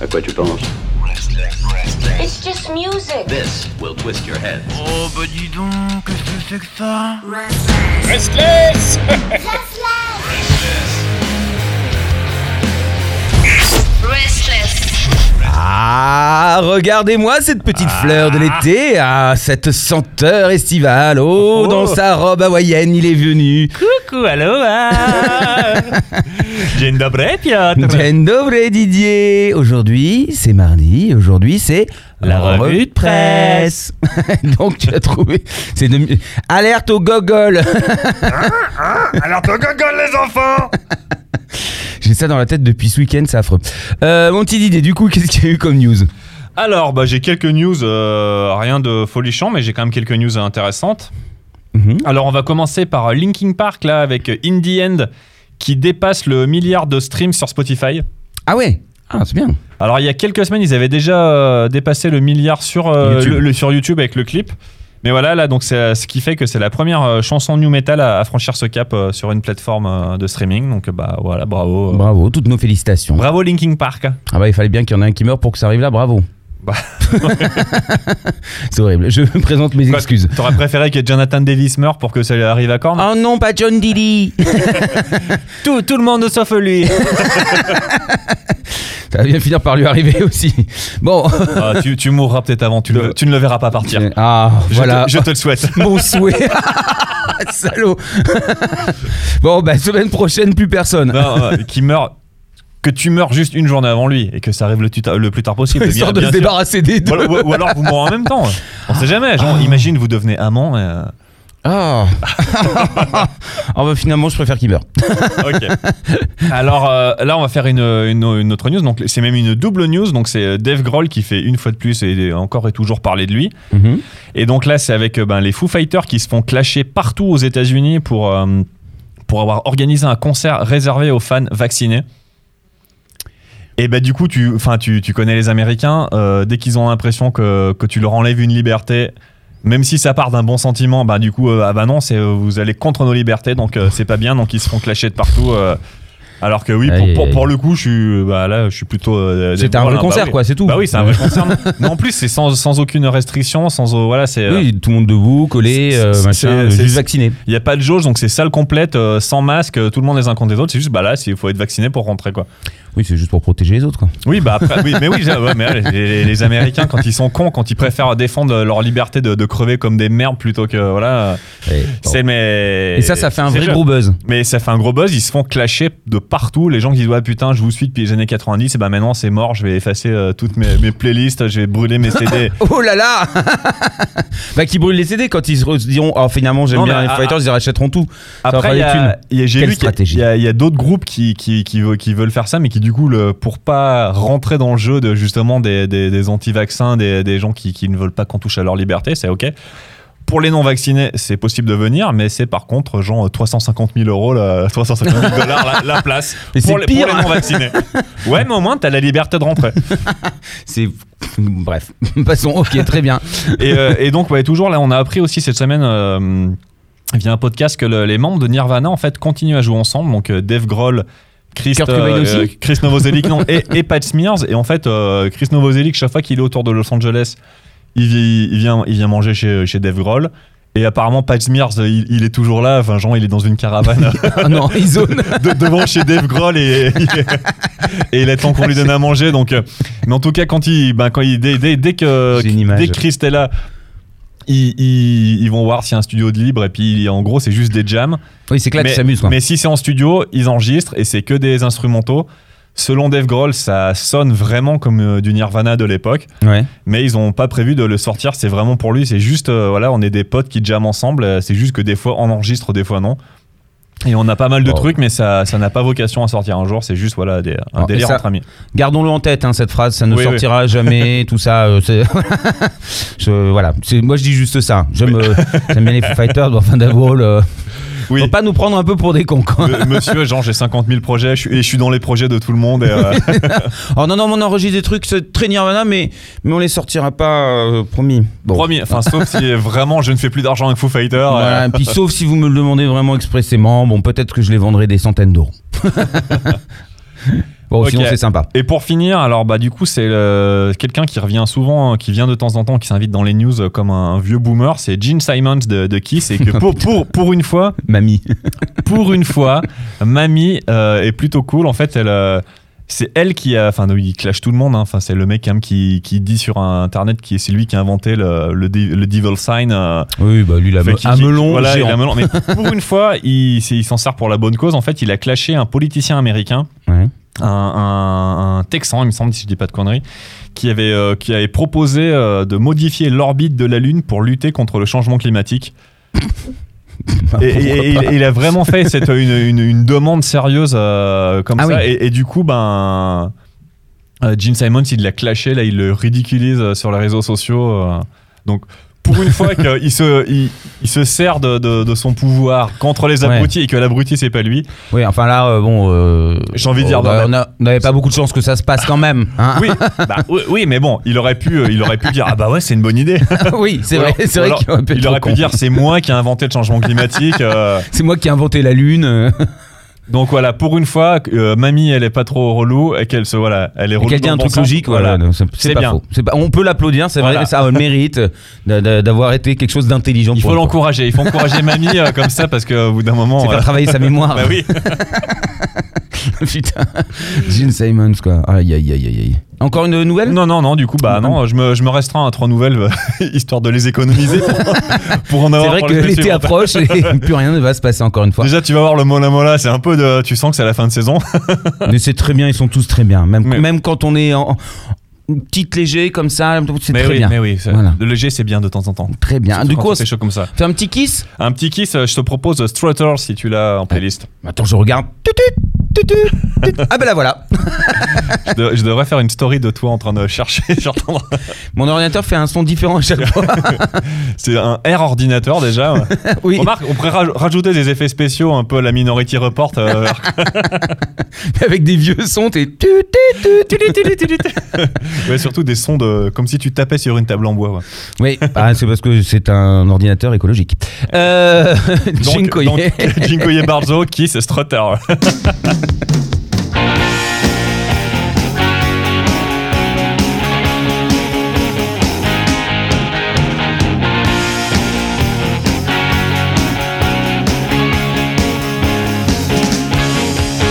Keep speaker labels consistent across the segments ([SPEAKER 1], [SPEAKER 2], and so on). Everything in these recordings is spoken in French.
[SPEAKER 1] À quoi tu penses
[SPEAKER 2] It's just music.
[SPEAKER 3] This will twist your head.
[SPEAKER 4] Oh bah dis donc, qu'est-ce que c'est que ça
[SPEAKER 5] Restless
[SPEAKER 6] Ah, regardez-moi cette petite fleur de l'été, ah, cette senteur estivale. Oh,
[SPEAKER 7] Oh.
[SPEAKER 6] dans sa robe hawaïenne, il est venu.
[SPEAKER 7] Coucou, hein. aloha Dzień dobry, Piotr
[SPEAKER 6] Dzień dobry, Didier. Aujourd'hui, c'est mardi. Aujourd'hui, c'est
[SPEAKER 7] La revue de presse.
[SPEAKER 6] Donc, tu as trouvé. C'est de- Alerte au gogol.
[SPEAKER 7] Alors, ton gogol, les enfants
[SPEAKER 6] J'ai ça dans la tête depuis ce week-end, c'est affreux. Euh, mon petit Didier, du coup, qu'est-ce qu'il y a eu comme news
[SPEAKER 5] Alors, bah, j'ai quelques news, euh, rien de folichon, mais j'ai quand même quelques news intéressantes.
[SPEAKER 6] Mhm.
[SPEAKER 5] Alors, on va commencer par euh, Linkin Park, là, avec euh, In The End, qui dépasse le milliard de streams sur Spotify.
[SPEAKER 6] Ah ouais Ah, c'est bien.
[SPEAKER 5] Alors, il y a quelques semaines, ils avaient déjà euh, dépassé le milliard sur, euh,
[SPEAKER 6] YouTube.
[SPEAKER 5] Le, le- sur YouTube avec le clip. Mais voilà, là, donc, c'est ce qui fait que c'est la première euh, chanson new metal à, à franchir ce cap euh, sur une plateforme euh, de streaming. Donc, euh, bah, voilà, bravo. euh,
[SPEAKER 6] Bravo, toutes nos félicitations.
[SPEAKER 5] Bravo Linkin Park.
[SPEAKER 6] Ah bah il fallait bien qu'il y en ait un qui meure pour que ça arrive là, bravo.
[SPEAKER 5] Bah.
[SPEAKER 6] c'est horrible, je me présente mes
[SPEAKER 5] Quoi,
[SPEAKER 6] excuses.
[SPEAKER 5] T'aurais préféré que Jonathan Davis meure pour que ça lui arrive à corne
[SPEAKER 6] Oh non, pas John Dilly
[SPEAKER 5] Ah. tout, tout le monde sauf lui.
[SPEAKER 6] Ça va bien finir par lui arriver aussi. Bon,
[SPEAKER 5] Ah, tu, tu mourras peut-être avant, tu, le- tu ne le verras pas partir.
[SPEAKER 6] ah
[SPEAKER 5] Je
[SPEAKER 6] voilà,
[SPEAKER 5] te- je te le souhaite.
[SPEAKER 6] mon souhait. Salaud Bon, bah semaine prochaine, plus personne.
[SPEAKER 5] Non, euh, qui meurt, que tu meurs juste une journée avant lui et que ça arrive le, tuta- le plus tard possible.
[SPEAKER 6] Histoire de
[SPEAKER 5] euh, bien- bien
[SPEAKER 6] se
[SPEAKER 5] sûr.
[SPEAKER 6] débarrasser Ah. des deux.
[SPEAKER 5] Voilà, ou, ou alors vous mourrez en même temps. On sait jamais. Genre, imagine vous devenez amant. euh,
[SPEAKER 6] Ah Ah bah finalement, je préfère qu'il meure.
[SPEAKER 5] Ok. Alors euh, là, on va faire une, une- une autre news. Donc c'est même une double news. Donc c'est euh, Dave Grohl qui fait une fois de plus et encore et toujours parler de lui. Et donc là, c'est avec euh, ben, les Foo Fighters qui se font clasher partout aux États-Unis pour, euh, pour avoir organisé un concert réservé aux fans vaccinés. Et bah du coup, tu, enfin, tu, tu connais les Américains, euh, dès qu'ils ont l'impression que, que tu leur enlèves une liberté, même si ça part d'un bon sentiment, bah du coup, euh, ah bah non, c'est, euh, vous allez contre nos libertés, donc euh, c'est pas bien, donc ils se font clasher de partout. euh, alors que oui,
[SPEAKER 6] Aïe,
[SPEAKER 5] pour, pour,
[SPEAKER 6] aïe,
[SPEAKER 5] pour le coup, je suis, bah, là, je suis plutôt... euh,
[SPEAKER 6] C'était un
[SPEAKER 5] voilà,
[SPEAKER 6] vrai
[SPEAKER 5] bah
[SPEAKER 6] concert,
[SPEAKER 5] oui.
[SPEAKER 6] quoi, c'est tout.
[SPEAKER 5] Bah oui, c'est un vrai concert. Mais en plus, c'est sans, sans aucune restriction, sans au- voilà, c'est.
[SPEAKER 6] Oui, tout le monde debout, collé,
[SPEAKER 5] C'est-
[SPEAKER 6] euh,
[SPEAKER 5] c'est-
[SPEAKER 6] machin,
[SPEAKER 5] c'est-
[SPEAKER 6] juste
[SPEAKER 5] c'est-
[SPEAKER 6] vacciné.
[SPEAKER 5] Il n'y a pas de jauge, donc c'est salle complète, euh, sans masque, euh, tout le monde les uns contre les autres. C'est juste, bah là, il faut être vacciné pour rentrer, quoi.
[SPEAKER 6] Oui, c'est juste pour protéger les autres. quoi.
[SPEAKER 5] Oui, bah après, oui, mais oui, j'ai- ouais, mais, ouais, les, les- les Américains, quand ils sont cons, quand ils préfèrent défendre leur liberté de, de crever comme des merdes plutôt que. Voilà. euh,
[SPEAKER 6] Et, bon.
[SPEAKER 5] C'est mais.
[SPEAKER 6] Et ça, ça fait un
[SPEAKER 5] c'est
[SPEAKER 6] vrai
[SPEAKER 5] clair.
[SPEAKER 6] gros buzz.
[SPEAKER 5] Mais ça fait un gros buzz, ils se font clasher de partout. Les gens qui disent, ouais, putain, je vous suis depuis les années 90, et bah maintenant c'est mort, je vais effacer euh, toutes mes, mes playlists, je vais brûler mes CD.
[SPEAKER 6] Oh là là Bah qui brûlent les CD quand ils se diront oh, finalement j'aime
[SPEAKER 5] Non,
[SPEAKER 6] bien
[SPEAKER 5] mais ah,
[SPEAKER 6] les
[SPEAKER 5] à-
[SPEAKER 6] Fighters ils rachèteront tout. Ça va faire
[SPEAKER 5] Après, il y
[SPEAKER 6] des
[SPEAKER 5] a-
[SPEAKER 6] thunes.
[SPEAKER 5] il y a- j'ai
[SPEAKER 6] Quelle
[SPEAKER 5] vu qu'il y a-
[SPEAKER 6] stratégie
[SPEAKER 5] il y a, il y a d'autres groupes qui, qui, qui, veulent- qui veulent faire ça, mais qui du coup, le, pour pas rentrer dans le jeu de justement des, des, des anti-vaccins, des, des gens qui, qui ne veulent pas qu'on touche à leur liberté, c'est ok. Pour les non-vaccinés, c'est possible de venir, mais c'est par contre genre 350 000 euros, la, 350 000 dollars la, la place
[SPEAKER 6] Mais
[SPEAKER 5] pour les, pour
[SPEAKER 6] c'est pire. hein.
[SPEAKER 5] les non-vaccinés. Ouais, mais au moins, t'as la liberté de rentrer.
[SPEAKER 6] C'est bref, passons. OK, très bien.
[SPEAKER 5] et, euh, et donc, ouais, toujours là, on a appris aussi cette semaine euh, via un podcast que le- les membres de Nirvana en fait continuent à jouer ensemble. Donc, euh, Dave Grohl, Chris, euh,
[SPEAKER 6] Kurt Cobain aussi
[SPEAKER 5] Chris Novoselic non, et, et Pat Smears. Et en fait, euh, Chris Novoselic, chaque fois qu'il est autour de Los Angeles, il, vi- il vient, il vient manger chez, chez Dave Grohl. Et apparemment, Pat Smears, euh, il, il est toujours là. Enfin, genre, il est dans une caravane
[SPEAKER 6] Ah non, ils zonent.
[SPEAKER 5] de- devant chez Dave Grohl et, et il attend qu'on lui donne à manger. Donc, euh, mais en tout cas, quand il, ben, quand il dès, dès, dès que
[SPEAKER 6] J'ai une image.
[SPEAKER 5] dès que Christ est là, ils, ils- ils vont voir s'il y a un studio de libre et puis en gros, c'est juste des jams.
[SPEAKER 6] Oui, c'est que là
[SPEAKER 5] mais,
[SPEAKER 6] tu s'amuses quoi.
[SPEAKER 5] mais si c'est en studio, ils enregistrent et c'est que des instrumentaux. Selon Dave Grohl, ça sonne vraiment comme euh, du Nirvana de l'époque,
[SPEAKER 6] Ouais.
[SPEAKER 5] mais ils n'ont pas prévu de le sortir. C'est vraiment pour lui. C'est juste, euh, voilà, on est des potes qui jamment ensemble. euh, C'est juste que des fois on enregistre, des fois non. Et on a pas mal de
[SPEAKER 6] Wow.
[SPEAKER 5] trucs, mais ça, ça n'a pas vocation à sortir un jour. C'est juste, voilà, des- un
[SPEAKER 6] Ah, et
[SPEAKER 5] délire
[SPEAKER 6] ça-
[SPEAKER 5] entre amis.
[SPEAKER 6] Gardons-le en tête hein, cette phrase, ça ne
[SPEAKER 5] Oui, oui.
[SPEAKER 6] sortira jamais, tout ça euh, c'est- je, voilà, c'est moi je dis juste ça. J'aime euh, j'aime bien les Foo Fighters, enfin d'abord euh,
[SPEAKER 5] Oui.
[SPEAKER 6] faut pas nous prendre un peu pour des cons. quoi.
[SPEAKER 5] Me- Monsieur, genre, j'ai 50 000 projets je suis- et je suis dans les projets de tout le monde. et, euh,
[SPEAKER 6] Oh non non, mais on enregistre des trucs c'est très Nirvana mais mais on les sortira pas euh, promis. Bon.
[SPEAKER 5] Promis, enfin, sauf si vraiment je ne fais plus d'argent avec Foo euh. Fighter.
[SPEAKER 6] Voilà, et puis sauf si vous me le demandez vraiment expressément, bon peut-être que je les vendrai des centaines d'euros. Bon,
[SPEAKER 5] Ok.
[SPEAKER 6] sinon c'est sympa.
[SPEAKER 5] Et pour finir, alors bah du coup c'est le- quelqu'un qui revient souvent, euh, qui vient de temps en temps, qui s'invite dans les news euh, comme un, un vieux boomer, c'est Gene Simons de, de Kiss et que pour, pour, pour une fois,
[SPEAKER 6] Mamie.
[SPEAKER 5] pour une fois, Mamie euh, est plutôt cool. En fait, elle, euh, c'est elle qui a, enfin, il clash tout le monde. hein. Enfin, c'est le mec quand même qui, qui dit sur euh, internet qui c'est lui qui a inventé le, le, di- le Devil Sign. euh,
[SPEAKER 6] Oui, bah lui, il a
[SPEAKER 5] fait
[SPEAKER 6] me-
[SPEAKER 5] qui-
[SPEAKER 6] un
[SPEAKER 5] qui-
[SPEAKER 6] melon
[SPEAKER 5] voilà, il
[SPEAKER 6] géant.
[SPEAKER 5] a un melon. Mais pour une fois, il, c'est- il s'en sert pour la bonne cause. En fait, il a clashé un politicien américain.
[SPEAKER 6] Ouais.
[SPEAKER 5] Un, un- un Texan, il me semble, si je dis pas de conneries, qui avait, euh, qui avait proposé euh, de modifier l'orbite de la Lune pour lutter contre le changement climatique. Et, et- et il, il a vraiment fait cette, une, une- une demande sérieuse euh, comme
[SPEAKER 6] Ah
[SPEAKER 5] ça.
[SPEAKER 6] oui.
[SPEAKER 5] Et, et du coup, ben, euh, Gene Simons, il l'a clashé, là, il le ridiculise euh, sur les réseaux sociaux. euh. donc, pour une fois qu'il se, il, il se sert de, de- de son pouvoir contre les
[SPEAKER 6] Ouais.
[SPEAKER 5] abrutis et que l'abruti, c'est pas lui.
[SPEAKER 6] Oui, enfin là, euh, bon. euh,
[SPEAKER 5] J'ai envie de dire,
[SPEAKER 6] on a-
[SPEAKER 5] non,
[SPEAKER 6] on a- on n'avait pas beaucoup de chance que ça se passe quand même. hein.
[SPEAKER 5] Oui, bah, oui, oui, mais bon, il aurait pu, euh, il aurait pu dire Ah bah ouais, c'est une bonne idée.
[SPEAKER 6] oui, c'est
[SPEAKER 5] Ou
[SPEAKER 6] vrai.
[SPEAKER 5] alors-
[SPEAKER 6] C'est
[SPEAKER 5] ou
[SPEAKER 6] vrai
[SPEAKER 5] alors,
[SPEAKER 6] qu'il aurait pu être
[SPEAKER 5] il
[SPEAKER 6] trop
[SPEAKER 5] aurait pu
[SPEAKER 6] con.
[SPEAKER 5] dire C'est moi qui ai inventé le changement climatique. euh.
[SPEAKER 6] C'est moi qui ai inventé la lune. euh,
[SPEAKER 5] Donc voilà, pour une fois, euh, mamie, elle est pas trop relou et qu'elle se voilà, elle est relou.
[SPEAKER 6] Et qu'elle dit
[SPEAKER 5] dans le
[SPEAKER 6] un
[SPEAKER 5] bon
[SPEAKER 6] truc
[SPEAKER 5] sens.
[SPEAKER 6] logique, voilà. non, C'est c'est
[SPEAKER 5] C'est
[SPEAKER 6] pas
[SPEAKER 5] bien.
[SPEAKER 6] faux. C'est pas- on peut l'applaudir, c'est vrai,
[SPEAKER 5] Voilà.
[SPEAKER 6] ça a le mérite d'a- d'a- d'avoir été quelque chose d'intelligent.
[SPEAKER 5] Il
[SPEAKER 6] pour
[SPEAKER 5] faut
[SPEAKER 6] une fois.
[SPEAKER 5] l'encourager, il faut encourager mamie euh, comme ça parce que au bout d'un moment.
[SPEAKER 6] C'est faire
[SPEAKER 5] euh,
[SPEAKER 6] travailler sa mémoire.
[SPEAKER 5] bah oui,
[SPEAKER 6] Putain. Gene Simons, quoi. Aïe, aïe, aïe, aïe, aïe. Encore une nouvelle
[SPEAKER 5] non, non, non, du coup, bah non, je me, je me restreins à trois nouvelles euh, histoire de les économiser pour, pour en
[SPEAKER 6] C'est
[SPEAKER 5] avoir
[SPEAKER 6] vrai
[SPEAKER 5] pour
[SPEAKER 6] que
[SPEAKER 5] les
[SPEAKER 6] l'été
[SPEAKER 5] suivantes.
[SPEAKER 6] approche et plus rien ne va se passer encore une fois.
[SPEAKER 5] Déjà, tu vas voir le mola mola, c'est un peu de. Tu sens que c'est la fin de saison.
[SPEAKER 6] Mais c'est très bien, ils sont tous très bien. Même,
[SPEAKER 5] Mais-
[SPEAKER 6] même quand on est en, en une petite léger comme ça, c'est
[SPEAKER 5] mais
[SPEAKER 6] très
[SPEAKER 5] oui,
[SPEAKER 6] bien.
[SPEAKER 5] mais oui, c'est-
[SPEAKER 6] Voilà.
[SPEAKER 5] le léger, c'est bien de temps en temps.
[SPEAKER 6] Très bien.
[SPEAKER 5] Surtout
[SPEAKER 6] du
[SPEAKER 5] quand
[SPEAKER 6] coup, on
[SPEAKER 5] c'est
[SPEAKER 6] se
[SPEAKER 5] chaud comme ça.
[SPEAKER 6] fait un petit kiss
[SPEAKER 5] Un petit kiss, euh, je te propose euh, Strutter si tu l'as en playlist.
[SPEAKER 6] Attends, je regarde. Tut, tut, tut, tut. Ah ben là voilà.
[SPEAKER 5] je, de- je devrais faire une story de toi en train de chercher. j'entends.
[SPEAKER 6] Mon ordinateur fait un son différent à chaque fois.
[SPEAKER 5] c'est un R ordinateur déjà. ouais.
[SPEAKER 6] Oui.
[SPEAKER 5] Remarque, on pourrait raj- rajouter des effets spéciaux, un peu à la Minority Report. euh,
[SPEAKER 6] Avec des vieux sons, t'es. tut, tut, tut, tut, tut, tut, tut, tut.
[SPEAKER 5] ouais, surtout des sons de, comme si tu tapais sur une table en bois. ouais.
[SPEAKER 6] Oui, ah, c'est parce que c'est un ordinateur écologique. Euh,
[SPEAKER 5] Donc-
[SPEAKER 6] Jinkoye.
[SPEAKER 5] donc, Jinkoye Barzo, Kiss, Strutter.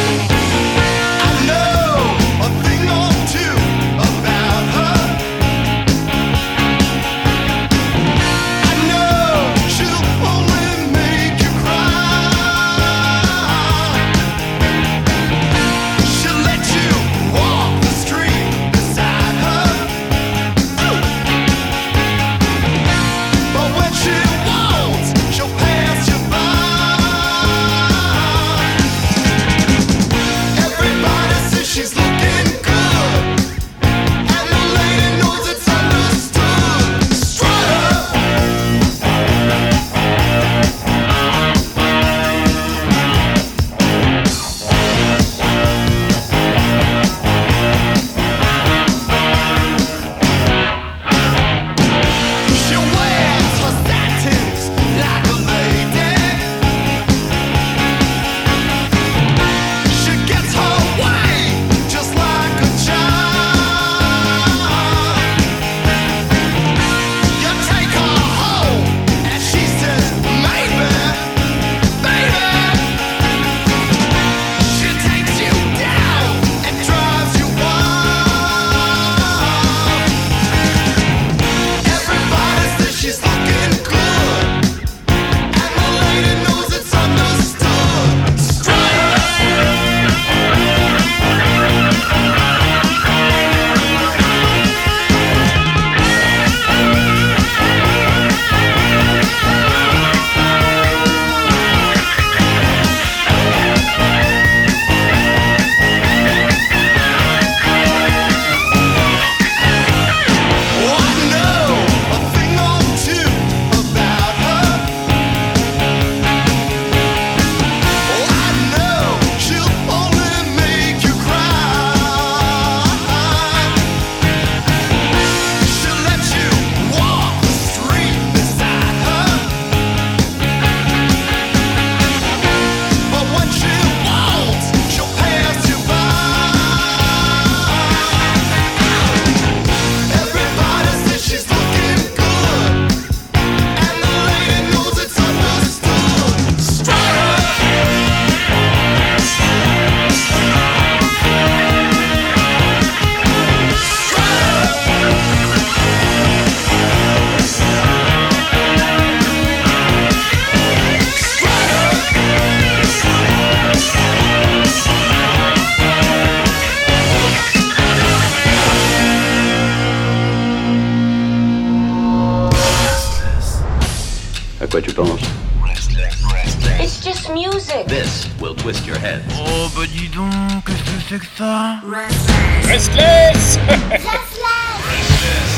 [SPEAKER 1] I know a thing or two about her. I know she'll only make you cry.
[SPEAKER 3] quoi tu penses
[SPEAKER 2] It's just music.
[SPEAKER 3] This will twist your head.
[SPEAKER 4] Oh bah dis donc, qu'est-ce que c'est que ça
[SPEAKER 5] Restless
[SPEAKER 2] Restless.